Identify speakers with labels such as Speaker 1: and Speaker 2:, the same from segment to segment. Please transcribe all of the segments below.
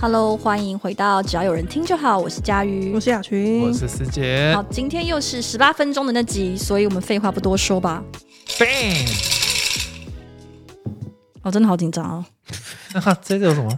Speaker 1: Hello，欢迎回到只要有人听就好，我是佳瑜
Speaker 2: 我。是雅群，
Speaker 3: 我是思杰
Speaker 1: 好，今天又是十八分钟的那集，所以我们废话不多说吧。
Speaker 3: ，bang！
Speaker 1: 我、真的好紧张哦，
Speaker 3: 哈、啊，这个有什么？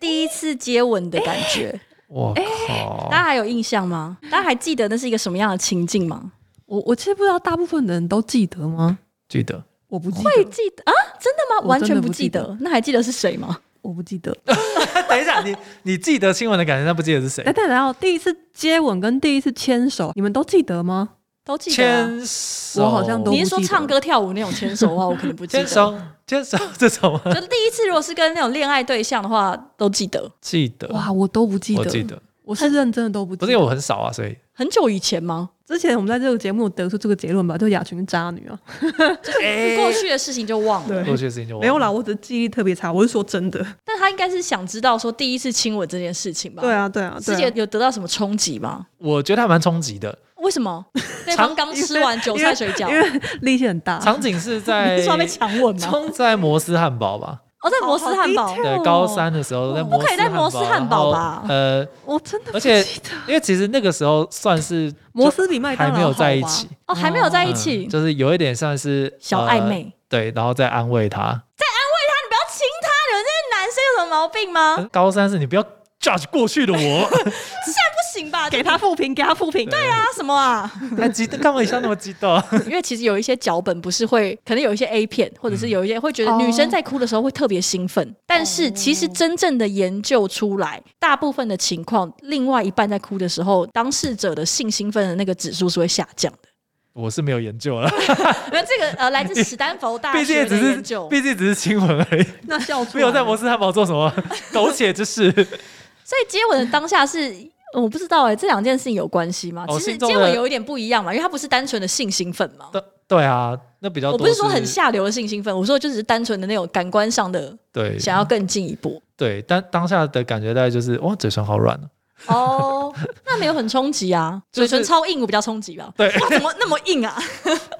Speaker 1: 第一次接吻的感觉，
Speaker 3: 我靠！
Speaker 1: 大家还有印象吗？大家还记得那是一个什么样的情境吗？
Speaker 2: 我我其实不知道大部分的人都记得吗？
Speaker 3: 记得
Speaker 2: 我不记
Speaker 1: 会
Speaker 2: 得，
Speaker 1: 记得啊？真的吗？
Speaker 2: 我
Speaker 1: 完
Speaker 2: 真
Speaker 1: 全
Speaker 2: 的
Speaker 1: 不
Speaker 2: 不
Speaker 1: 记
Speaker 2: 记得
Speaker 1: 得。那还记得是谁吗？
Speaker 2: 我不记得。
Speaker 3: 等一下，你你记得亲吻的感觉，但不记得是谁
Speaker 2: 哎，？等一下，第一次接吻跟第一次牵手，你们都记得吗？
Speaker 1: 都记得啊、
Speaker 3: 牵手，
Speaker 2: 我好像都
Speaker 1: 你是
Speaker 2: 我
Speaker 1: 说
Speaker 2: 不记得
Speaker 1: 唱歌跳舞那种牵手的话，我可能不记
Speaker 3: 牵
Speaker 1: 得。
Speaker 3: 手牵手这种吗？
Speaker 1: 就第一次，如果是跟那种恋爱对象的话，都记得。
Speaker 3: 记得，
Speaker 2: 哇，我都不记
Speaker 3: 我
Speaker 2: 得，
Speaker 3: 记得，
Speaker 2: 我是认真的都不
Speaker 3: 不
Speaker 2: 记
Speaker 3: 是
Speaker 2: 得。
Speaker 3: 因为我很少啊，所以
Speaker 1: 很久以前吗？
Speaker 2: 之前我们在这个节目有得出这个结论吧，就雅群是渣女啊，
Speaker 1: 过去的事情就忘了。
Speaker 2: 对
Speaker 3: 过去的事情就忘了
Speaker 2: 没有啦，。我只是记忆力特别差，我是说真 的。
Speaker 1: 但他应该是想知道说第一次亲吻这件事情吧？
Speaker 2: 对，啊，对啊，
Speaker 1: 师
Speaker 2: 对
Speaker 1: 姐
Speaker 2: 啊。
Speaker 1: 有得到什么冲击吗？
Speaker 3: 我觉得还蛮冲击的。
Speaker 1: 为什么对方刚吃完韭菜水饺
Speaker 2: 因，为力气很大，
Speaker 3: 场景啊是 在
Speaker 1: 你说被强吻吗？
Speaker 3: 冲在摩斯汉堡吧？哦
Speaker 1: 哦，在摩斯汉堡
Speaker 2: 好好低调
Speaker 3: 对，高三的时候在摩斯汉堡，
Speaker 1: 不可以在摩斯汉堡吧
Speaker 3: 然后呃，
Speaker 2: 我真的不
Speaker 3: 而且
Speaker 2: 记得。
Speaker 3: 因为其实那个时候算是
Speaker 2: 摩斯比麦当
Speaker 3: 还
Speaker 2: 劳
Speaker 3: 没有在一
Speaker 2: 好吧
Speaker 3: 起，
Speaker 1: 哦，还没有在一
Speaker 3: 嗯
Speaker 1: 起，
Speaker 3: 就是有一点像是
Speaker 1: 小暧昧。啊
Speaker 3: 呃对，然后再安慰他。
Speaker 1: 你不要亲他，你们这些男生有什么毛病吗？
Speaker 3: 呃高三是你不要 judge 过去的我，
Speaker 1: 不行吧？
Speaker 2: 给他
Speaker 1: 这
Speaker 2: 复评，给他复评。
Speaker 3: 对
Speaker 1: 比他什么啊？
Speaker 3: 还激动，干嘛一下那么激动？
Speaker 1: 因为其实有一些脚本不是会，可能有一些 A 片，或者是
Speaker 3: 嗯
Speaker 1: 有一些会觉得
Speaker 2: 哦
Speaker 1: 女生在哭的时候会特别兴奋，但是其
Speaker 3: 哦
Speaker 1: 实真正的研究出来，大部分的情况，另外一半在哭的时候，当事者的性兴奋的那个指数是会下降的。
Speaker 3: 我是没有研究了，
Speaker 1: 那这个呃，来自史丹佛大
Speaker 3: 毕
Speaker 1: 学
Speaker 3: 竟也
Speaker 1: 的
Speaker 3: 只
Speaker 1: 研
Speaker 3: 是
Speaker 1: 究，
Speaker 3: 毕竟只是亲吻而已，
Speaker 2: 那笑出来
Speaker 3: 没有在摩斯汉堡做什么 苟且之事。
Speaker 1: 所以接吻的当下是。呃我不知道哎、这两件事情有关系吗？
Speaker 3: 哦
Speaker 1: 其实
Speaker 3: 心中
Speaker 1: 接
Speaker 3: 的
Speaker 1: 吻有一点不一样嘛，因为它不是单纯的性兴奋嘛。
Speaker 3: 对对啊，那比较
Speaker 1: 我不
Speaker 3: 多
Speaker 1: 是说很
Speaker 3: 像，
Speaker 1: 下流的性兴奋，我说就只是单纯的那种感官上的
Speaker 3: 对
Speaker 1: 想要更进一步。
Speaker 3: 对，但当下的感觉大概就是哇，嘴唇好软哦。
Speaker 1: 哦，那没有很冲击啊，
Speaker 3: 就
Speaker 1: 嘴唇
Speaker 3: 是
Speaker 1: 超硬，我比较冲击吧。
Speaker 3: 对
Speaker 1: 哇，怎么那么硬啊？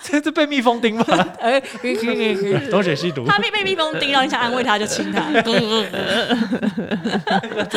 Speaker 3: 这这被蜜蜂叮吧，
Speaker 1: 哎，
Speaker 3: 东水西毒，
Speaker 1: 他被被蜜蜂叮，然后你想安慰他就亲他，
Speaker 3: 真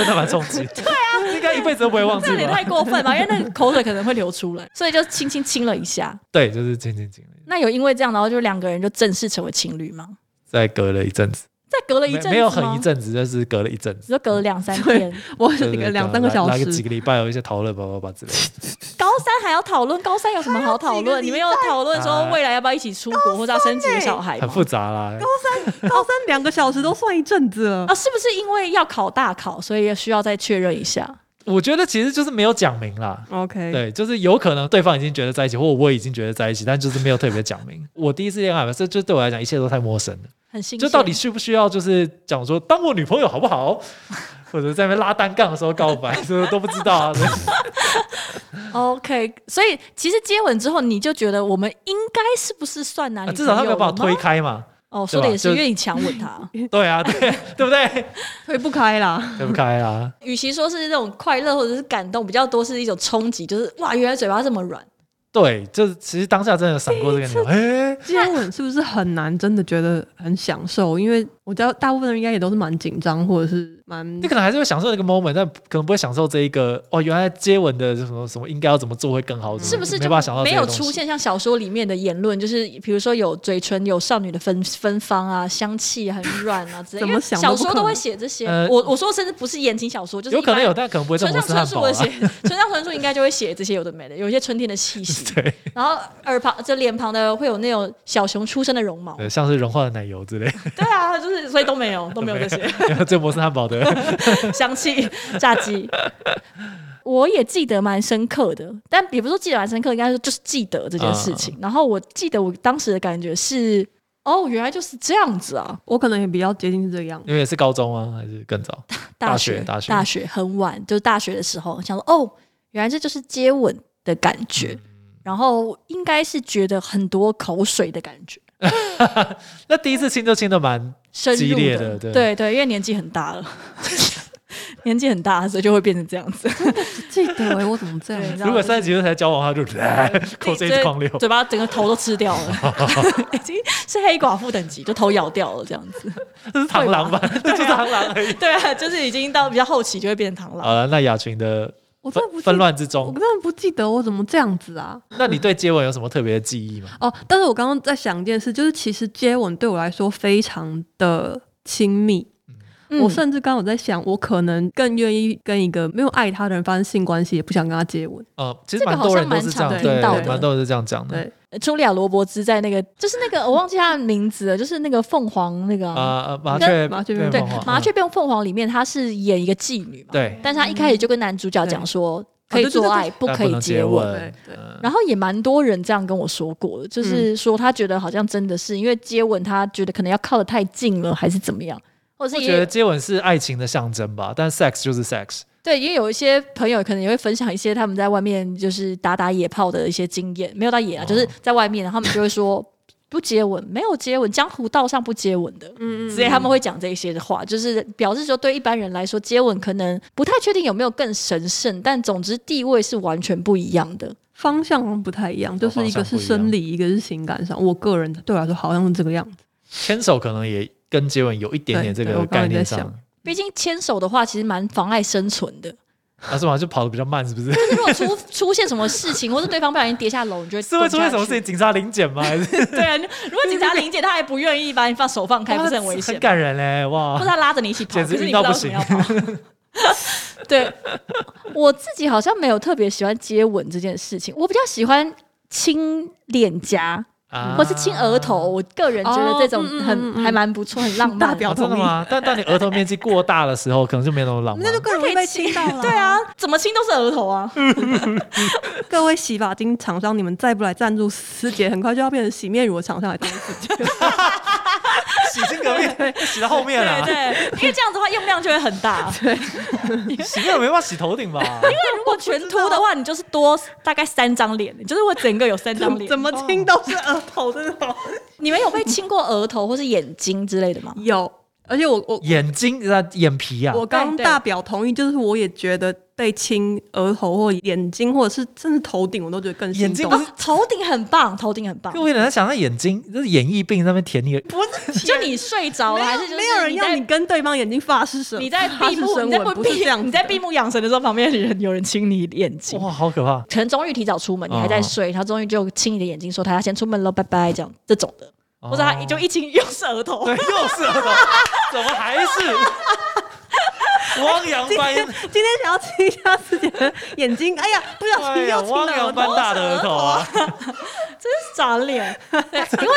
Speaker 3: 的蛮冲击。对啊，应该一辈子都不会忘记
Speaker 1: 这有点
Speaker 3: 吧
Speaker 1: 太？过分吧？因为那个口水可能会流出来，所以就轻轻亲了一下。
Speaker 3: 对，就是亲亲亲，
Speaker 1: 那有因为这样，然后就两个人就正式成为情侣吗？
Speaker 3: 再隔了一阵子，
Speaker 1: 再隔了一
Speaker 3: 没
Speaker 1: 阵子
Speaker 3: 没有很
Speaker 1: 吗
Speaker 3: 一，阵子，就是隔了一阵 子
Speaker 1: 只。是隔了两三天。
Speaker 2: 我
Speaker 3: 对
Speaker 2: 那
Speaker 3: 对
Speaker 2: 个
Speaker 3: 对
Speaker 2: 两三个小
Speaker 3: 来来几
Speaker 2: 时，
Speaker 3: 个礼拜有一些讨论，叭叭叭之类的。
Speaker 1: 高三还要讨论，高三有什么好讨
Speaker 2: 还有几个
Speaker 1: 论？
Speaker 2: 礼
Speaker 1: 你
Speaker 2: 拜
Speaker 1: 们有讨论说未来要不要一起出国，或者要生几个小孩吗
Speaker 3: 欸很？复杂啦。
Speaker 2: 高三两个小时都算一阵子了。
Speaker 1: 啊，是不是因为要考大考，所以需要再确认一下？
Speaker 3: 我觉得其实就是没有讲明啦。
Speaker 2: OK，
Speaker 3: 对，就是有可能对方已经觉得在一起，或我已经觉得在一起，但就是没有特别讲 明。我第一次恋爱嘛，这就对我来讲一切都太陌生了。
Speaker 1: 很新
Speaker 3: 就
Speaker 1: 鲜。
Speaker 3: 到底需不需要，就是讲说当我女朋友好不好， 或者在那边拉单杠的时候告白，这都不 知道啊。对
Speaker 1: OK，所以其实接吻之后，你就觉得我们应该是不是算男女
Speaker 3: 啊
Speaker 1: 朋友
Speaker 3: 至少他没有把我
Speaker 1: 了
Speaker 3: 推
Speaker 1: 吗
Speaker 3: 开嘛。
Speaker 1: 哦，说的也是，
Speaker 3: 对吧就
Speaker 1: 因为你强吻 他。
Speaker 3: 对啊，对对不对？
Speaker 2: 推不开啦。
Speaker 3: 推不开啊。
Speaker 1: 与其说是那种快乐或者是感动，比较多是一种冲击，就是哇，原来嘴巴这么软。
Speaker 3: 嗯对，就是其实当下真的闪过 这个念头，哎，
Speaker 2: 接吻是不是很难？真的觉得很享受，因为我知道大部分人应该也都是蛮紧张，或者是蛮
Speaker 3: 你可能还是会享受那个 moment，但可能不会享受这一个哦，原来接吻的什么什么应该要怎么做会更好，
Speaker 1: 是不嗯是
Speaker 3: 没
Speaker 1: 就
Speaker 3: 办法想到这
Speaker 1: 没
Speaker 3: 些
Speaker 1: 有
Speaker 3: 东西
Speaker 1: 出？现像小说里面的言论，就是比如说有嘴唇有少女的芬芬芳啊，香气很软啊之类的。
Speaker 2: 怎么
Speaker 1: 因为
Speaker 2: 想都
Speaker 1: 小
Speaker 2: 不
Speaker 1: 说
Speaker 2: 可
Speaker 1: 都会
Speaker 2: 能
Speaker 1: 写这些。
Speaker 3: 呃
Speaker 1: 我我说甚至不是言情小说，就是
Speaker 3: 有可能
Speaker 1: 一般
Speaker 3: 有，但可能不会在
Speaker 1: 村
Speaker 3: 摩
Speaker 1: 上
Speaker 3: 斯汉
Speaker 1: 春树
Speaker 3: 堡、啊
Speaker 1: 会。写， 村上春树应该就会写这些有的没的，有一些春天的气息。
Speaker 3: 对
Speaker 1: 然后耳旁这脸旁的会有那种小熊出生的绒毛，
Speaker 3: 对，像是融化的奶油之类，
Speaker 1: 对啊，就是所以都没 有都没有这些
Speaker 3: 然后这摩斯汉堡的
Speaker 1: 香气 炸鸡。我也记得蛮深刻的，但也不是说记得蛮深刻，应该说就是记得这件事情。
Speaker 3: 嗯
Speaker 1: 然后我记得我当时的感觉是，哦，原来就是这样子啊！
Speaker 2: 我可能也比较接近是这个样子。
Speaker 3: 因为是高中啊，还是更早？
Speaker 1: 大
Speaker 3: 大
Speaker 1: 学
Speaker 3: 学大学
Speaker 1: 很晚，就是大学的时候想说，哦，原来这就是接吻的感觉。
Speaker 3: 嗯
Speaker 1: 然后应该是觉得很多口水的感觉，
Speaker 3: 那第一次亲就亲的蛮
Speaker 1: 深入
Speaker 3: 激烈
Speaker 1: 的，
Speaker 3: 的对
Speaker 1: 对对，因为年纪很大了。年纪很大，所以就会变成这样子，
Speaker 2: 记得哎，我怎么这
Speaker 1: 对
Speaker 2: 样？
Speaker 3: 如果三十几岁才交往的话，就 口水一直狂流。
Speaker 1: 嘴巴整个头都吃掉 了，已经是黑寡妇等级，就头咬掉了这样 子。
Speaker 3: 这是螳螂吧？ 这就是螳螂 而已。
Speaker 1: 对啊，就是已经到比较后期就会变成螳螂。
Speaker 3: 好了，那雅群的
Speaker 2: 我真的不
Speaker 3: 纷
Speaker 2: 记
Speaker 3: 纷，乱之
Speaker 2: 我
Speaker 3: 中，
Speaker 2: 真的不记得我怎么这样子啊！
Speaker 3: 那你对接吻有什么特别的记忆吗？
Speaker 2: 哦，但是我刚刚在想一件事，就是其实接吻对我来说非常的亲密。
Speaker 1: 嗯
Speaker 2: 我甚至刚刚我在想，我可能更愿意跟一个没有爱他的人发生性关系，也不想跟他接吻。
Speaker 3: 呃，其实
Speaker 1: 这个
Speaker 3: 蛮
Speaker 1: 好
Speaker 3: 多
Speaker 1: 像
Speaker 3: 人都是
Speaker 1: 蛮
Speaker 3: 这样，
Speaker 1: 常
Speaker 3: 对，
Speaker 1: 听到
Speaker 3: 对
Speaker 1: 的
Speaker 3: 蛮多人是这样讲的。
Speaker 2: 对，
Speaker 1: 呃茱莉亚·罗伯兹在那个，就是那个我忘记她的名字了，就是那个凤凰那个啊、
Speaker 3: 啊，呃麻雀
Speaker 2: 麻雀
Speaker 3: 变
Speaker 1: 对
Speaker 3: 凤凰，
Speaker 1: 麻雀变凤凰里面，她是演一个妓女嘛，
Speaker 3: 对，嗯哦
Speaker 1: 但是她一开始就跟男主角讲说，可以
Speaker 2: 对对对
Speaker 1: 做爱，
Speaker 3: 但
Speaker 1: 可以
Speaker 3: 能接
Speaker 1: 吻。
Speaker 2: 对对
Speaker 3: 嗯
Speaker 1: 然后也蛮多人这样跟我说过的，就是说他觉得好像真的是因为接吻，他觉得可能要靠得太近了，还是怎么样，或者
Speaker 3: 我
Speaker 1: 是因
Speaker 3: 觉得
Speaker 1: 为
Speaker 3: 接吻是爱情的象征吧，但 sex 就是 sex。
Speaker 1: 对，因为有一些朋友可能也会分享一些他们在外面就是打打野炮的一些经验，没有到野啊，
Speaker 3: 哦
Speaker 1: 就是在外面，然后他们就会说不接吻，没有接吻，江湖道上不接吻的。
Speaker 2: 嗯
Speaker 1: 所以他们会讲这一些的话，就是表示说，对一般人来说，接吻可能不太确定有没有更神圣，但总之地位是完全不一样的。
Speaker 2: 方向好像不太一样，就
Speaker 3: 哦方
Speaker 2: 是一
Speaker 3: 向
Speaker 2: 个是
Speaker 3: 不一
Speaker 2: 生
Speaker 3: 样
Speaker 2: 理，一个是情感上。我个人对我来说好像是这个样子。
Speaker 3: 牵手可能也跟接吻有一点点这
Speaker 2: 对
Speaker 3: 个
Speaker 2: 我刚
Speaker 3: 概
Speaker 2: 刚也
Speaker 3: 念
Speaker 2: 在
Speaker 3: 上
Speaker 2: 想，
Speaker 1: 毕竟牵手的话，其实蛮妨碍生存的。
Speaker 3: 啊是吗？就跑得比较慢，是不是？
Speaker 1: 如果 出出现什么事情，或是对方不小心跌下楼，你就会
Speaker 3: 是会出现
Speaker 1: 滚下
Speaker 3: 什么事情？
Speaker 1: 去？
Speaker 3: 警察临检吗？还是
Speaker 1: 对啊，如果警察临检，他还不愿意把你放手放开，不是很危险
Speaker 3: 很
Speaker 1: 吗？
Speaker 3: 感人嘞，
Speaker 1: 或者
Speaker 3: 哇！
Speaker 1: 他拉着你一起跑，
Speaker 3: 简直
Speaker 1: 可是你
Speaker 3: 晕到
Speaker 1: 不
Speaker 3: 不
Speaker 1: 知道为什么要跑。 对，我自己好像没有特别喜欢接吻这件事情，我比较喜欢亲脸颊
Speaker 3: 啊
Speaker 1: 或是亲额头。，啊我个人觉得这种
Speaker 2: 哦嗯嗯
Speaker 1: 很
Speaker 2: 嗯
Speaker 1: 还蛮不错，很浪漫。
Speaker 2: 大表
Speaker 3: 啊真的吗？但当你额头面积过大的时候，可能就没那么浪漫。
Speaker 2: 更容易被亲到了。
Speaker 1: 对，啊，怎么亲都是额头啊。
Speaker 2: 各位洗发精厂商，你们再不来赞助师姐，很快就要变成洗面乳的厂商来赞助师姐。
Speaker 3: 洗心革面，洗到后面
Speaker 1: 对
Speaker 3: 了，
Speaker 1: 对，因为这样子的话用量就会很 大。
Speaker 3: 洗面乳没办法洗头顶吧？
Speaker 1: 如果全秃的话，你就是多大概三张脸，你就是会整个有三 张脸。
Speaker 2: 怎么亲都是额头，真的好。
Speaker 1: 你们有被亲过额头或是眼睛之类的吗？
Speaker 2: 有，而且我我
Speaker 3: 眼睛啊，眼皮啊，
Speaker 2: 我刚
Speaker 1: 对
Speaker 2: 大表同意，就是我也觉得被亲额头或眼睛，或者是甚至头顶，我都觉得更心
Speaker 3: 眼睛
Speaker 2: 动
Speaker 3: 不是
Speaker 1: 啊头顶很棒，头顶很棒
Speaker 3: 各。位有点想到眼睛，就是眼翳病在那边舔你的，
Speaker 2: 不是
Speaker 1: 就你睡着
Speaker 2: 没
Speaker 1: 了，
Speaker 2: 有
Speaker 1: 还是就是
Speaker 2: 没有人要
Speaker 1: 在
Speaker 2: 你跟对方眼睛发誓什么？
Speaker 1: 你在
Speaker 2: 发
Speaker 1: 闭
Speaker 2: 誓
Speaker 1: 目，
Speaker 2: 深
Speaker 1: 你在
Speaker 2: 吻不是
Speaker 1: 闭
Speaker 2: 这样子的，
Speaker 1: 你在闭目养神的时候，旁边的人有人亲你眼睛。
Speaker 3: 哇，好可怕！
Speaker 1: 可能终于提早出门，
Speaker 2: 哦
Speaker 1: 你还在睡，他终于就亲你的眼睛，说他要先出门了，拜拜，这样这种的，或者他
Speaker 3: 哦
Speaker 1: 啊就一亲又是额 头，
Speaker 3: 对，又是儿童，怎么还是汪洋
Speaker 2: 今
Speaker 3: 般
Speaker 2: 天？今天想要亲一下自己的眼睛，哎呀，不小
Speaker 3: 哎
Speaker 2: 心
Speaker 3: 呀，
Speaker 2: 又亲
Speaker 3: 汪
Speaker 2: 了
Speaker 3: 洋
Speaker 2: 额头。
Speaker 3: 般大的额头啊！
Speaker 1: 长 脸。对，因为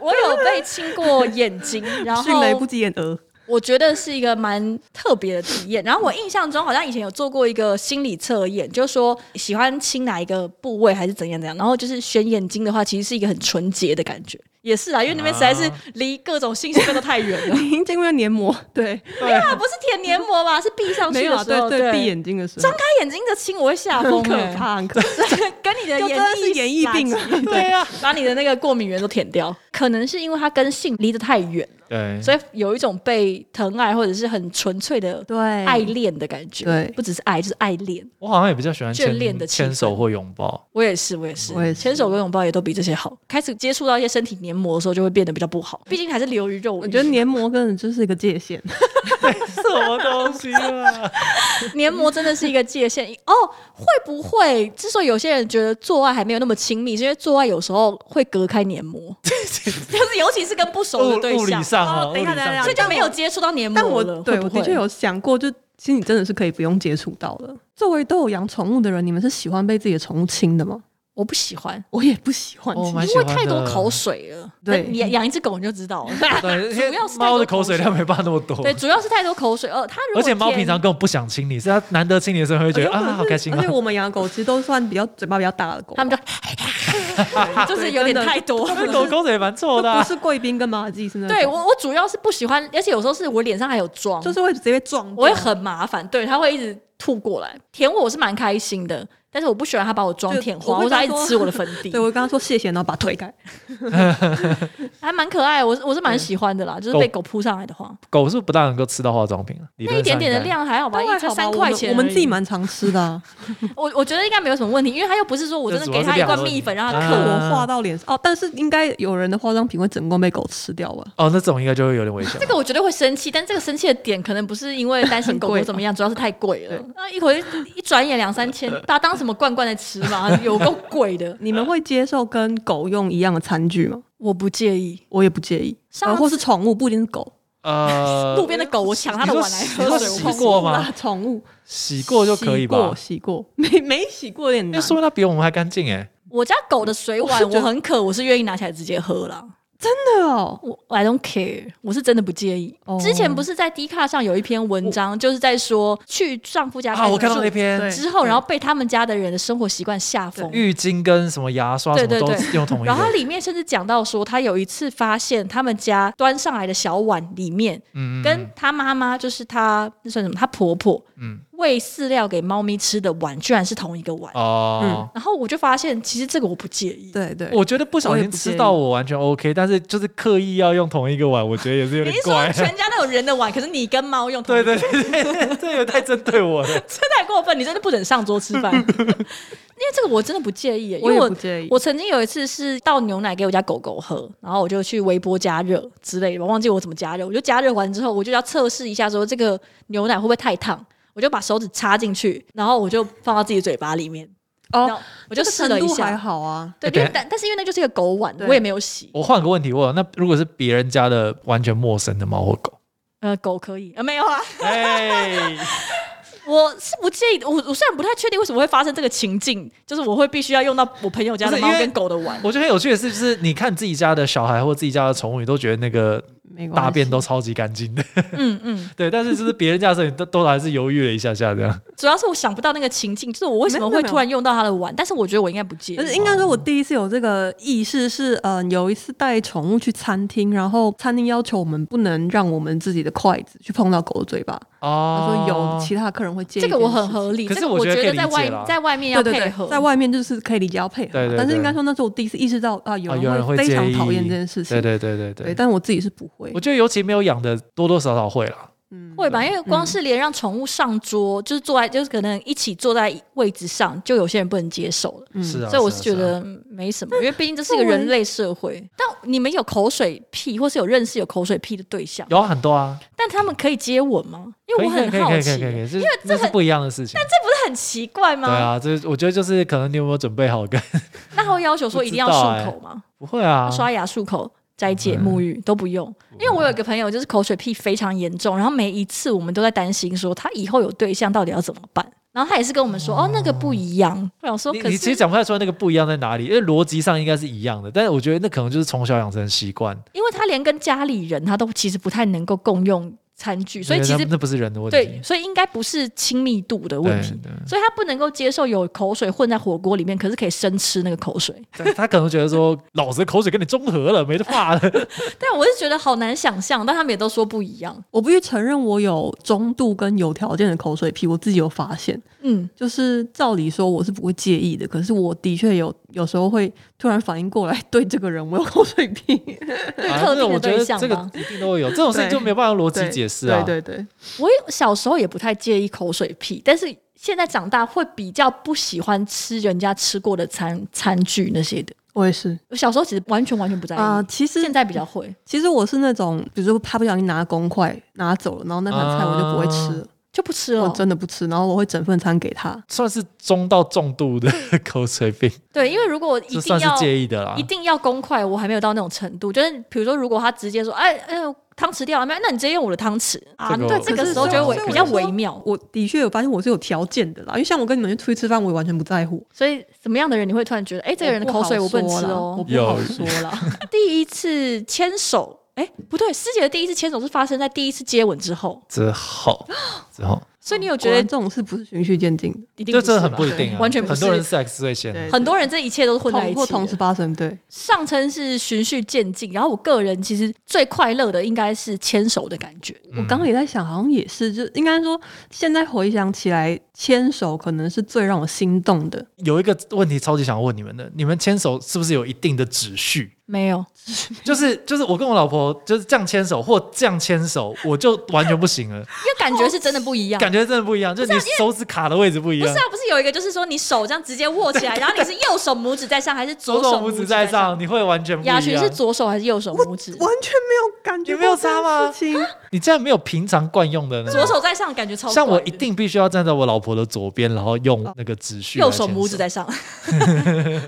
Speaker 1: 我有被亲过眼睛，然后
Speaker 2: 迅雷不及掩耳，
Speaker 1: 我觉得是一个蛮特别的体验。然后我印象中好像以前有做过一个心理测验，就是说喜欢亲哪一个部位还是怎样怎样。然后就是选眼睛的话，其实是一个很纯洁的感觉，也是啊，因为那边实在是离各种性器官都太远 了。
Speaker 2: 已经经过黏膜，对，
Speaker 1: 没有啊，不是舔黏膜吧？是闭上
Speaker 2: 没
Speaker 1: 去
Speaker 2: 有
Speaker 1: 的
Speaker 2: 啊，
Speaker 1: 时候，
Speaker 2: 对
Speaker 1: 对，
Speaker 2: 闭。眼睛的时候
Speaker 1: 张，开眼睛的亲，我会吓
Speaker 2: 很
Speaker 1: 疯、
Speaker 2: 可
Speaker 1: 欸，
Speaker 2: 怕，很可怕，
Speaker 1: 跟你的
Speaker 2: 就
Speaker 1: 眼
Speaker 2: 真的是演
Speaker 1: 疫
Speaker 2: 艺病
Speaker 1: 垃
Speaker 2: 啊，
Speaker 1: 圾，
Speaker 3: 对呀，
Speaker 1: 把你的那个过敏源都舔掉。可能是因为它跟性离得太远，
Speaker 3: 对，
Speaker 1: 所以有一种被疼爱或者是很纯粹的
Speaker 2: 对，
Speaker 1: 爱恋的感觉，
Speaker 2: 对
Speaker 1: 不只是爱，就是爱恋。
Speaker 3: 我好像也比较喜欢
Speaker 1: 眷恋的
Speaker 3: 牵
Speaker 1: 气氛
Speaker 3: 牵手或拥抱。
Speaker 1: 我也是，我也是，
Speaker 2: 我也是
Speaker 1: 牵手跟拥抱也都比这些好。开始接触到一些身体黏膜的时候，就会变得比较不好，毕竟还是流于肉欲。
Speaker 2: 我觉得黏膜根本就是一个 界限，
Speaker 3: 什么东西啊？
Speaker 1: 黏膜真的是一个界限。哦，会不会之所以有些人觉得做爱还没有那么亲密，是因为做爱有时候会隔开黏 膜，就是尤其是跟不熟
Speaker 3: 物
Speaker 1: 的对
Speaker 3: 物理
Speaker 1: 象，
Speaker 3: 上啊，
Speaker 2: 哦
Speaker 3: 物
Speaker 2: 等一
Speaker 3: 理
Speaker 2: 下等一下
Speaker 1: 所以
Speaker 3: 上，
Speaker 1: 就没有接触到黏膜
Speaker 2: 但我
Speaker 1: 了
Speaker 2: 对
Speaker 1: 会
Speaker 2: 我
Speaker 1: 不
Speaker 2: 的确
Speaker 1: 会
Speaker 2: 有想过，就其实你真的是可以不用接触到的。作为都有养宠物的人，你们是喜欢被自己的宠物亲的吗？
Speaker 1: 我不喜欢，
Speaker 2: 我也不喜欢
Speaker 3: 哦
Speaker 2: 亲，
Speaker 3: 蛮
Speaker 1: 因
Speaker 3: 喜
Speaker 1: 为
Speaker 3: 欢的
Speaker 1: 太多口水了。
Speaker 2: 对
Speaker 1: 你养养一只狗你就知道 了。
Speaker 3: 对，因
Speaker 1: 主要
Speaker 3: 为
Speaker 1: 是
Speaker 3: 猫
Speaker 1: 太多
Speaker 3: 的
Speaker 1: 口
Speaker 3: 口水量没办法那么多。
Speaker 1: 对，主要是太多口水。呃，它如果
Speaker 3: 而且猫
Speaker 1: 舔
Speaker 3: 平 常根本不想亲你，是它难得亲你的时候会觉得
Speaker 2: 而且我
Speaker 3: 啊，好开心
Speaker 2: 而
Speaker 3: 啊
Speaker 2: 且。我们养的狗其实都算比较嘴巴比较大的狗，
Speaker 1: 他们 就就是有点太多。
Speaker 3: 那哎狗狗嘴也蛮臭的
Speaker 2: 就不
Speaker 3: 啊，
Speaker 2: 是贵宾跟马尔济斯那种
Speaker 1: 对我，我主要是不喜欢，而且有时候是我脸上还有妆，
Speaker 2: 就是会直接撞掉。
Speaker 1: 我会很麻烦。对，它会一直吐过来，舔我我是蛮开心的，但是我不喜欢他把我妆舔
Speaker 2: 就
Speaker 1: 花，
Speaker 2: 我
Speaker 1: 或
Speaker 2: 会
Speaker 1: 者他一
Speaker 2: 跟他
Speaker 1: 直
Speaker 2: 说
Speaker 1: 吃我的 粉底
Speaker 2: 对，我刚刚说谢谢，然后把腿 改。
Speaker 1: 还蛮可爱的。我是我是蛮
Speaker 2: 对
Speaker 1: 喜欢的啦，就是被狗扑上来的话，
Speaker 3: 狗是不大能够吃到化妆品的，啊理
Speaker 1: 那
Speaker 3: 论
Speaker 1: 一点
Speaker 3: 上
Speaker 1: 点的
Speaker 3: 应该，
Speaker 1: 量还好吧，
Speaker 2: 当然
Speaker 1: 才
Speaker 2: 好吧
Speaker 1: 三
Speaker 2: 我
Speaker 1: 块
Speaker 2: 们
Speaker 1: 钱
Speaker 2: 我们
Speaker 1: 而已
Speaker 2: 自己蛮常吃的、 啊，
Speaker 1: 我我觉得应该没有什么问题，因为他又不是说我真的
Speaker 3: 这主
Speaker 1: 给
Speaker 3: 要是
Speaker 1: 他一
Speaker 3: 量
Speaker 1: 罐
Speaker 3: 的问题
Speaker 1: 蜜粉让他
Speaker 3: 啊
Speaker 1: 嗑
Speaker 2: 可
Speaker 1: 我。
Speaker 2: 我画到脸
Speaker 1: 嗯
Speaker 2: 上哦。但是应该有人的化妆品会整罐被狗吃掉吧？
Speaker 3: 哦，那种应该就会有点危险。
Speaker 1: 这个我绝对会生气，但这个生气的点可能不是因为担心狗狗
Speaker 2: 很贵
Speaker 1: 怎么样，主要是太贵了。那一回一转眼两三 千，把它当什么罐罐在吃嘛，有够贵的。
Speaker 2: 你们会接受跟狗用一样的餐具吗？
Speaker 1: 我不介意，
Speaker 2: 我也不介意，
Speaker 1: 上
Speaker 2: 啊，或
Speaker 1: 次
Speaker 2: 是宠物，不一定是 狗，
Speaker 3: 呃，
Speaker 1: 路边的狗我抢它的碗来喝水，
Speaker 3: 你
Speaker 1: 我
Speaker 3: 说
Speaker 1: 碰
Speaker 3: 洗过吗？
Speaker 2: 啊，宠物
Speaker 3: 洗过就可以吧？
Speaker 2: 洗过，洗过没没洗过有点
Speaker 3: 那
Speaker 2: 难。
Speaker 3: 说明它比我们还干净哎。
Speaker 1: 我家狗的水碗
Speaker 2: 我是觉
Speaker 1: 我
Speaker 2: 得
Speaker 1: 很渴，我是愿意拿起来直接喝啦。
Speaker 2: 真的哦，
Speaker 1: 我 I don't care，我是真的不介意。
Speaker 2: 哦
Speaker 1: 之前不是在 D 卡上有一篇文章，就是在说去丈夫家
Speaker 3: 啊，我看到
Speaker 1: 住
Speaker 3: 那篇
Speaker 2: 对
Speaker 1: 之后，
Speaker 2: 对
Speaker 1: 然后被他们家的人的生活习惯吓疯。
Speaker 3: 浴巾跟什么牙刷
Speaker 1: 对对
Speaker 3: 什么都
Speaker 1: 对
Speaker 3: 用同一
Speaker 1: 然后它
Speaker 3: 个，
Speaker 1: 里面甚至讲到说，他有一次发现他们家端上来的小碗里面，
Speaker 3: 嗯嗯
Speaker 1: 跟他妈妈就是他那算什么，他婆婆
Speaker 3: 嗯
Speaker 1: 喂饲料给猫咪吃的碗，居然是同一个碗。
Speaker 3: 哦。
Speaker 1: 然后我就发现，其实这个我不介意。
Speaker 2: 对对，
Speaker 3: 我觉得不小
Speaker 2: 我也
Speaker 3: 心
Speaker 2: 不
Speaker 3: 吃
Speaker 2: 介
Speaker 3: 到
Speaker 2: 意
Speaker 3: 我完全 OK，但是就是刻意要用同一个碗，我觉得也是有
Speaker 1: 你
Speaker 3: 点
Speaker 1: 是说
Speaker 2: 啊
Speaker 3: 怪。
Speaker 1: 全家都有人的碗，可是你跟猫用同一
Speaker 3: 对
Speaker 1: 个
Speaker 3: 对对对 对，这也太针对我 了。
Speaker 1: 这太过分，你真的不忍上桌吃 饭。因为这个我真的不介意，因为
Speaker 2: 也
Speaker 1: 我
Speaker 2: 不介意。
Speaker 1: 我曾经有一次是倒牛奶给我家狗狗喝，然后我就去微波加热之类的，我忘记我怎么加热，我就加热完之后，我就要测试一下说这个牛奶会不会太烫，我就把手指插进去，然后我就放到自己嘴巴里面，然
Speaker 2: 哦，
Speaker 1: 后我就
Speaker 2: 这个
Speaker 1: 试了一
Speaker 2: 程度还
Speaker 1: 下。
Speaker 2: 好啊，
Speaker 1: 对，
Speaker 3: 对
Speaker 1: 因为但但是因为那就是一个狗碗，
Speaker 2: 对
Speaker 1: 我也没有洗。
Speaker 3: 我换个问题问，那如果是别人家的完全陌生的猫或 狗，
Speaker 1: 呃，狗可以，呃，没有啊，
Speaker 3: 哎，
Speaker 1: 我是不介意的。我我虽然不太确定为什么会发生这个情境，就是我会必须要用到我朋友家的
Speaker 3: 不是
Speaker 1: 猫
Speaker 3: 因为
Speaker 1: 跟狗的碗。
Speaker 3: 我觉得很有趣的是，就是你看自己家的小孩或自己家的宠物，你都觉得那个
Speaker 2: 没关系。
Speaker 3: 大便都超级干净的，
Speaker 1: 嗯嗯，
Speaker 3: 对，但是就是别人家的时候，你都都还是犹豫了一下下这样。
Speaker 1: 主要是我想不到那个情境，就是我为什么
Speaker 2: 没有没
Speaker 1: 会
Speaker 2: 有
Speaker 1: 突然用到他的碗，但是我觉得我应该不介
Speaker 2: 就是
Speaker 1: 意。
Speaker 2: 应该说，我第一次有这个意识是，嗯、有一次带宠物去餐厅，然后餐厅要求我们不能让我们自己的筷子去碰到狗的嘴巴。他
Speaker 3: 哦
Speaker 2: 说有其他客人会介意
Speaker 1: 这个我很
Speaker 2: 件事
Speaker 1: 合理，
Speaker 3: 可
Speaker 1: 这
Speaker 3: 是
Speaker 1: 个
Speaker 3: 我
Speaker 1: 我
Speaker 3: 觉得可以
Speaker 1: 在
Speaker 3: 理解
Speaker 1: 外
Speaker 3: 啦
Speaker 1: 在外面要
Speaker 2: 对对
Speaker 1: 配
Speaker 2: 对
Speaker 1: 合，，
Speaker 2: 在外面就是可以理解要配合，
Speaker 3: 对对对
Speaker 2: 但是应该说那是我第一次意识到啊，有
Speaker 3: 啊，有人
Speaker 2: 人
Speaker 3: 会
Speaker 2: 非常
Speaker 3: 介意
Speaker 2: 讨厌这件事情。
Speaker 3: 对对对
Speaker 2: 对
Speaker 3: 对对，
Speaker 2: 但我自己是不会
Speaker 3: 我，觉得尤其没有养的，多多少少会啦。
Speaker 2: 嗯，
Speaker 1: 会吧？因为光是连让宠物上桌，就是坐在，就是可能一起坐在位置上，就有些人不能接受了。
Speaker 2: 嗯
Speaker 3: 是啊，
Speaker 1: 所以我
Speaker 3: 啊
Speaker 1: 是觉
Speaker 3: 啊
Speaker 1: 得嗯没什么，因为毕竟这是一个
Speaker 2: 作为
Speaker 1: 人类社会。但你们有口水屁，或是有认识有口水屁的对象，
Speaker 3: 有很多啊，
Speaker 1: 但他们可以接吻吗？因
Speaker 3: 可
Speaker 1: 为
Speaker 3: 以
Speaker 1: 我
Speaker 3: 可以
Speaker 1: 很
Speaker 3: 可以
Speaker 1: 好
Speaker 3: 可以
Speaker 1: 奇，
Speaker 3: 可以可以，
Speaker 1: 这
Speaker 3: 这那是
Speaker 1: 很
Speaker 3: 不一样的事情。
Speaker 1: 不是很奇怪
Speaker 3: 对
Speaker 1: 吗？
Speaker 3: 啊，这我觉得就是可能你有没有准备好跟
Speaker 1: 那他会要求说一定要
Speaker 3: 不知道
Speaker 1: 漱
Speaker 3: 欸
Speaker 1: 口吗？
Speaker 3: 不会啊，
Speaker 1: 刷牙、漱口、斋戒、
Speaker 3: 嗯
Speaker 1: 沐浴都不用。因为我有一个朋友就是口水屁非常严重，然后每一次我们都在担心说他以后有对象到底要怎么办。然后他也是跟我们说，哦，那个不一样。我想说，
Speaker 3: 你
Speaker 1: 可
Speaker 3: 你其
Speaker 1: 是
Speaker 3: 实讲不太出来那个不一样在哪里，因为逻辑上应该是一样的，但是我觉得那可能就是从小养成的习惯，
Speaker 1: 因为他连跟家里人他都其实不太能够共用餐具，所以
Speaker 3: 对
Speaker 1: 其
Speaker 3: 那
Speaker 1: 实
Speaker 3: 那不是人的问题，
Speaker 1: 对，所以应该不是亲密度的
Speaker 3: 对
Speaker 1: 问题。
Speaker 3: 对
Speaker 1: 所以他不能够接受有口水混在火锅里面，可是可以生吃那个口水。
Speaker 3: 对他可能觉得说老子的口水跟你中和了，没得怕了，
Speaker 1: 但我是觉得好难想象，但他们也都说不一样。
Speaker 2: 我必须承认，我有中度跟有条件的口水屁，我自己有发现。
Speaker 1: 嗯，
Speaker 2: 就是照理说我是不会介意的，可是我的确有有时候会突然反应过来，对这个人我有口水 屁。
Speaker 1: 对
Speaker 3: 啊
Speaker 1: 特
Speaker 3: 那
Speaker 1: 定
Speaker 3: 我
Speaker 1: 的
Speaker 3: 觉
Speaker 1: 对
Speaker 3: 得
Speaker 1: 象
Speaker 3: 这
Speaker 1: 吗
Speaker 3: 个？一定都会有，这种事情就没有办法用逻辑
Speaker 2: 对
Speaker 3: 解释啊。
Speaker 2: 对对对，
Speaker 1: 我有小时候也不太介意口水屁，但是现在长大会比较不喜欢吃人家吃过的餐餐具那些的。
Speaker 2: 我也是
Speaker 1: 我小时候其实完全完全不在意，
Speaker 2: 啊、其实
Speaker 1: 现在比较会，
Speaker 2: 其实我是那种，比如说他不小心拿公筷拿走了，然后那盘菜我就不会吃了，
Speaker 1: 就不吃了
Speaker 2: 我
Speaker 1: 哦。
Speaker 2: 真的不吃，然后我会整份餐给他。
Speaker 3: 算是中到重度的口水病，
Speaker 1: 对，因为如果我
Speaker 3: 这
Speaker 1: 一定
Speaker 3: 算是
Speaker 1: 要
Speaker 3: 介意的啦
Speaker 1: 一。定要公筷，我还没有到那种程度。就是比如说，如果他直接说：“哎，呃，汤匙掉了没有？”那你直接用我的汤匙啊。
Speaker 3: 这个
Speaker 1: 对，
Speaker 3: 我
Speaker 1: 这个
Speaker 2: 可是
Speaker 1: 时候就会
Speaker 2: 所以我
Speaker 1: 比较
Speaker 2: 就说
Speaker 1: 微妙。
Speaker 2: 我的确有发现我是有条件的啦，因为像我跟你们出去吃饭，我也完全不在乎。
Speaker 1: 所以，什么样的人你会突然觉得，哎，这个人的口水我不能吃哦？
Speaker 2: 我不好
Speaker 3: 有
Speaker 2: 说啦。
Speaker 1: 第一次牵手，哎、不对，师姐的第一次牵手是发生在第一次接吻之后。
Speaker 3: 之后，之后，
Speaker 1: 所以你有觉
Speaker 2: 果然
Speaker 1: 得
Speaker 2: 这种事不是循序渐进的，
Speaker 1: 一定
Speaker 3: 哦这
Speaker 1: 不
Speaker 3: 真的
Speaker 1: 是
Speaker 3: 很
Speaker 1: 吧
Speaker 3: 不一定啊，
Speaker 1: 完全不
Speaker 3: 很
Speaker 1: 是
Speaker 3: 多人 sex 最先，
Speaker 2: 对
Speaker 1: 很多人这一切都是混在一
Speaker 2: 同
Speaker 1: 起
Speaker 2: 或
Speaker 1: 的，
Speaker 2: 同时发生，对，
Speaker 1: 上称是循序渐进，然后我个人其实最快乐的应该是牵手的感觉，
Speaker 2: 我刚刚也在想，好像也是，就应该说，现在回想起来，牵手可能是最让我心动的。
Speaker 3: 有一个问题超级想问你们的，你们牵手是不是有一定的指序？
Speaker 1: 没有
Speaker 3: 就是就是我跟我老婆就是这样牵手或这样牵手，我就完全不 行了，
Speaker 1: 因为感觉是真的不一样。
Speaker 3: 感觉真的不一样，就是你手指卡的位置不一
Speaker 1: 不
Speaker 3: 样
Speaker 1: 是。啊，不是有一个就是说你手这样直接握起来，然后你是右手拇指在上还是
Speaker 3: 左
Speaker 1: 手
Speaker 3: 拇
Speaker 1: 指
Speaker 3: 指在
Speaker 1: 上
Speaker 3: 上，？你会完全不一
Speaker 1: 雅群是
Speaker 3: 样。
Speaker 1: 左手还是右手拇指？
Speaker 2: 完全没有感觉
Speaker 3: 你没有差
Speaker 2: 过
Speaker 3: 吗
Speaker 2: 这件事情
Speaker 3: 你竟然没有平常惯用的呢？
Speaker 1: 左手在上感觉超怪的
Speaker 3: 像我一定必须要站在我老婆的左边，然后用那个指序来
Speaker 1: 右
Speaker 3: 牵。
Speaker 1: 手拇指在上。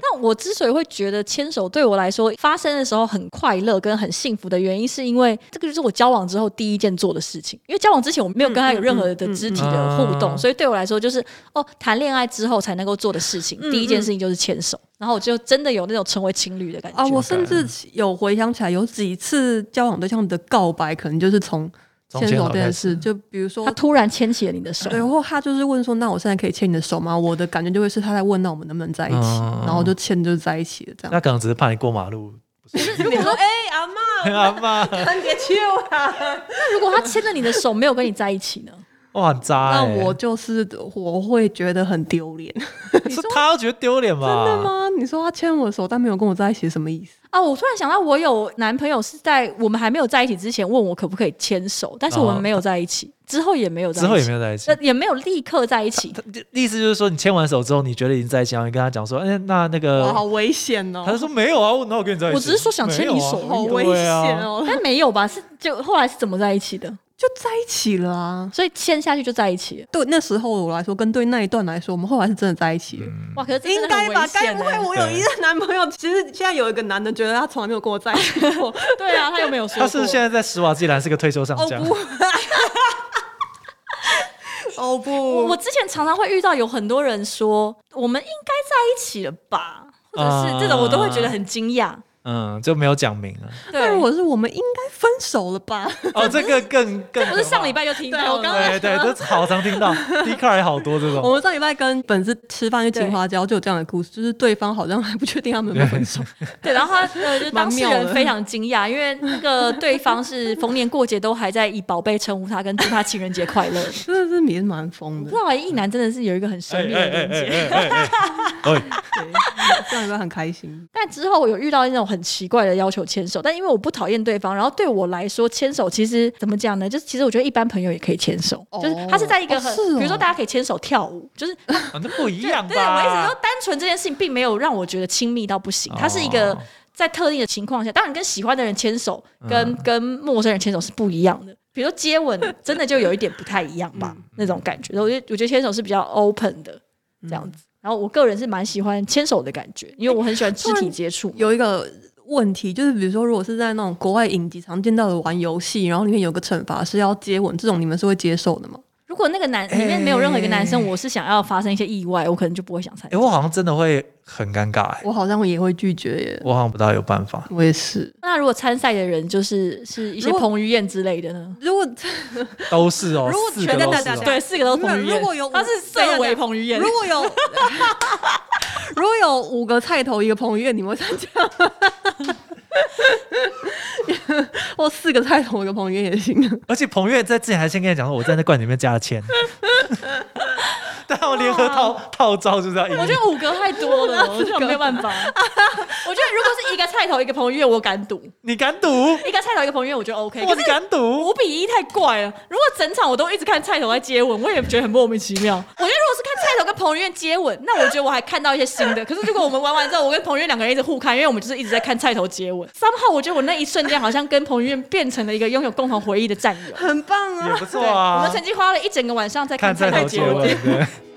Speaker 1: 那我之所以会觉得牵手对我来说发生的时候很快乐跟很幸福的原因，是因为这个就是我交往之后第一件做的事情。因为交往之前我没有跟他有任何的肢体的互动，
Speaker 3: 嗯嗯嗯嗯
Speaker 1: 所以对我来说就是哦，谈恋爱之后才能够做的事情，
Speaker 2: 嗯
Speaker 1: 第一件事情就是牵手。然后我就真的有那种成为情侣的感觉。
Speaker 2: 啊！我甚至有回想起来，有几次交往对象的告白，可能就是从
Speaker 3: 从
Speaker 2: 牵手
Speaker 3: 牵手
Speaker 2: 这件
Speaker 3: 开
Speaker 2: 事，
Speaker 3: 始
Speaker 2: 就比如说
Speaker 1: 他。突然牵起了你的 手，
Speaker 2: 对，或他就是问说：“那我现在可以牵你的手吗？”我的感觉就会是他在问：“那我们能不能在一起？”
Speaker 3: 嗯
Speaker 2: 然后就牵就在一起了，这样。
Speaker 3: 那可能只是怕你过马路。
Speaker 1: 你说哎，
Speaker 2: 阿妈，
Speaker 3: 阿妈，
Speaker 2: 别去
Speaker 3: 哎
Speaker 2: 啊！
Speaker 1: 那如果他牵着你的手没有跟你在一起呢？
Speaker 3: 哇，很渣
Speaker 2: 那
Speaker 3: 欸！
Speaker 2: 我就是我会觉得很丢脸。
Speaker 3: 是他要觉得丢脸吧？
Speaker 2: 真的？吗？你说他牵我的手，但没有跟我在一起，什么意思？
Speaker 1: 啊，我突然想到，我有男朋友是在我们还没有在一起之前问我可不可以牵手，但是我们
Speaker 3: 哦
Speaker 1: 没有在一起，之后也没有在一
Speaker 3: 之
Speaker 1: 起，
Speaker 3: 后也没有在一起
Speaker 1: 呃。也没有立刻在一起。
Speaker 3: 他意思就是说，你牵完手之后，你觉得已经在一起，然后你跟他讲说，哎、那那个
Speaker 2: 哇，，好危险哦！
Speaker 3: 他就说没有啊，我哪有跟你在一起？
Speaker 1: 我只是说想牵你手
Speaker 3: 没有啊
Speaker 2: 好危
Speaker 3: 对啊
Speaker 2: 险哦，
Speaker 1: 但没有吧？是就后来是怎么在一起的？
Speaker 2: 就在一起了啊。
Speaker 1: 所以牵下去就在一起了。
Speaker 2: 对那时候我来说，跟对那一段来说，我们后来是真的在一起了。
Speaker 3: 嗯
Speaker 1: 哇，可是这真的很危险欸
Speaker 3: 对
Speaker 2: 个男朋友？其实现在有一个男的觉得他从来没有跟我在一起过。
Speaker 1: 对啊，他又没有说
Speaker 3: 他是不
Speaker 1: 过
Speaker 3: 是现在在史瓦济兰是个退休上
Speaker 2: 哦
Speaker 3: 将？
Speaker 2: 不，哦
Speaker 1: 我
Speaker 2: 不，
Speaker 1: 我之前常常会遇到有很多人说我们应该在一起了吧，或者是这种我都会
Speaker 3: 啊
Speaker 1: 觉得很惊讶。
Speaker 3: 嗯，就没有讲明了。
Speaker 2: 那
Speaker 1: 对，
Speaker 2: 如果是我们应该分手了吧？
Speaker 3: 哦，这个更更
Speaker 1: 不是上礼拜就听
Speaker 2: 对
Speaker 1: 到
Speaker 2: 我
Speaker 1: 了
Speaker 2: 刚
Speaker 1: 吗，
Speaker 2: 刚
Speaker 3: 对对，这好常听到 d c a r 也好多这
Speaker 2: 我
Speaker 3: 种。
Speaker 2: 们上礼拜跟粉丝吃饭去金华礁，就有这样的故事，就是对方好像还不确定他们有没有 分手。
Speaker 1: 对，然后他呃，就当
Speaker 2: 蛮
Speaker 1: 事
Speaker 2: 妙
Speaker 1: 人
Speaker 2: 的
Speaker 1: 非常惊讶，因为那个对方是逢年过节都还在以宝贝称呼他，跟祝他情人节快乐。
Speaker 2: 真的是也蛮疯
Speaker 1: 不
Speaker 2: 的
Speaker 1: 知。道哎，一男真的是有一个很神秘的连接。
Speaker 3: 哎哎哎哎
Speaker 2: 对上礼拜很开心。
Speaker 1: 但之后我有遇到那种很奇怪的要求牵手，但因为我不讨厌对方，然后对我来说牵手其实怎么讲呢？就是其实我觉得一般朋友也可以牵手，
Speaker 2: 哦
Speaker 1: 就是他是在一个很，
Speaker 2: 哦是哦
Speaker 1: 比如说大家可以牵手跳舞，就是
Speaker 3: 啊那不一样
Speaker 1: 对我一直说
Speaker 3: 吧？
Speaker 1: 单纯这件事情并没有让我觉得亲密到不行，
Speaker 3: 哦
Speaker 1: 它是一个在特定的情况下，当然跟喜欢的人牵手跟、
Speaker 3: 嗯
Speaker 1: 跟陌生人牵手是不一样的。比如说接吻，真的就有一点不太一样
Speaker 2: 嗯
Speaker 1: 吧，那种感觉。我觉得我觉得牵手是比较 open 的这样
Speaker 2: 嗯
Speaker 1: 子。然后我个人是蛮喜欢牵手的感觉，因为我很喜欢肢体接触。
Speaker 2: 有一个问题就是，比如说，如果是在那种国外影集常见到的玩游戏，然后里面有个惩罚是要接吻，这种你们是会接受的吗？
Speaker 1: 如果那个男里面没有任何一个男
Speaker 2: 哎
Speaker 1: 生，我是想要发生一些意外，我可能就不会想参
Speaker 3: 哎，
Speaker 1: 加。
Speaker 3: 我好像真的会很尴尬哎，
Speaker 2: 我好像也会拒绝耶。
Speaker 3: 我好像不大有办法。
Speaker 2: 我也是，
Speaker 1: 那如果参赛的人就是是一些
Speaker 2: 如果
Speaker 1: 彭于晏之类的呢？
Speaker 2: 如果
Speaker 3: 都是哦，
Speaker 2: 如果
Speaker 3: 四
Speaker 2: 全在
Speaker 3: 个都
Speaker 2: 大
Speaker 3: 是
Speaker 2: 家
Speaker 3: 哦。
Speaker 1: 对，四个都是彭于晏。
Speaker 2: 啊如果有，
Speaker 1: 他是色违彭于晏
Speaker 2: 啊 如果有如果有五个菜头一个彭于晏，你们会参加吗？ 或四个菜头一个彭于晏也行。
Speaker 3: 而且彭越在之前还先跟你讲说，我在那罐里面加了 钱，但他们联合套套招就是要赢
Speaker 1: 我
Speaker 3: 你
Speaker 1: 觉。得五个太多了， 我这没有办法。我觉得如果是一个菜头一个彭于晏，我敢赌；
Speaker 3: 你敢赌？
Speaker 1: 一个菜头一个彭于晏，我觉得 OK。
Speaker 3: 哇，
Speaker 1: 可
Speaker 3: 你
Speaker 1: 是
Speaker 3: 敢赌
Speaker 1: 五？比一太怪了。如果整场我都一直看菜头在接吻，我也觉得很莫名其妙。我觉得如果是看菜头跟彭于晏接吻，那我觉得我还看到一些新的。可是如果我们玩完之后，我跟彭于晏两个人一直互看，因为我们就是一直在看菜头接吻。三号，我觉得我那一瞬间好像跟彭于晏变成了一个拥有共 同回忆的战友。
Speaker 2: 很棒
Speaker 3: 也！不错啊。
Speaker 1: 我们曾经花了一整个晚上在看
Speaker 3: 看
Speaker 1: 菜头
Speaker 3: 在头
Speaker 1: 接
Speaker 3: 接
Speaker 1: 吻
Speaker 3: 吻。，对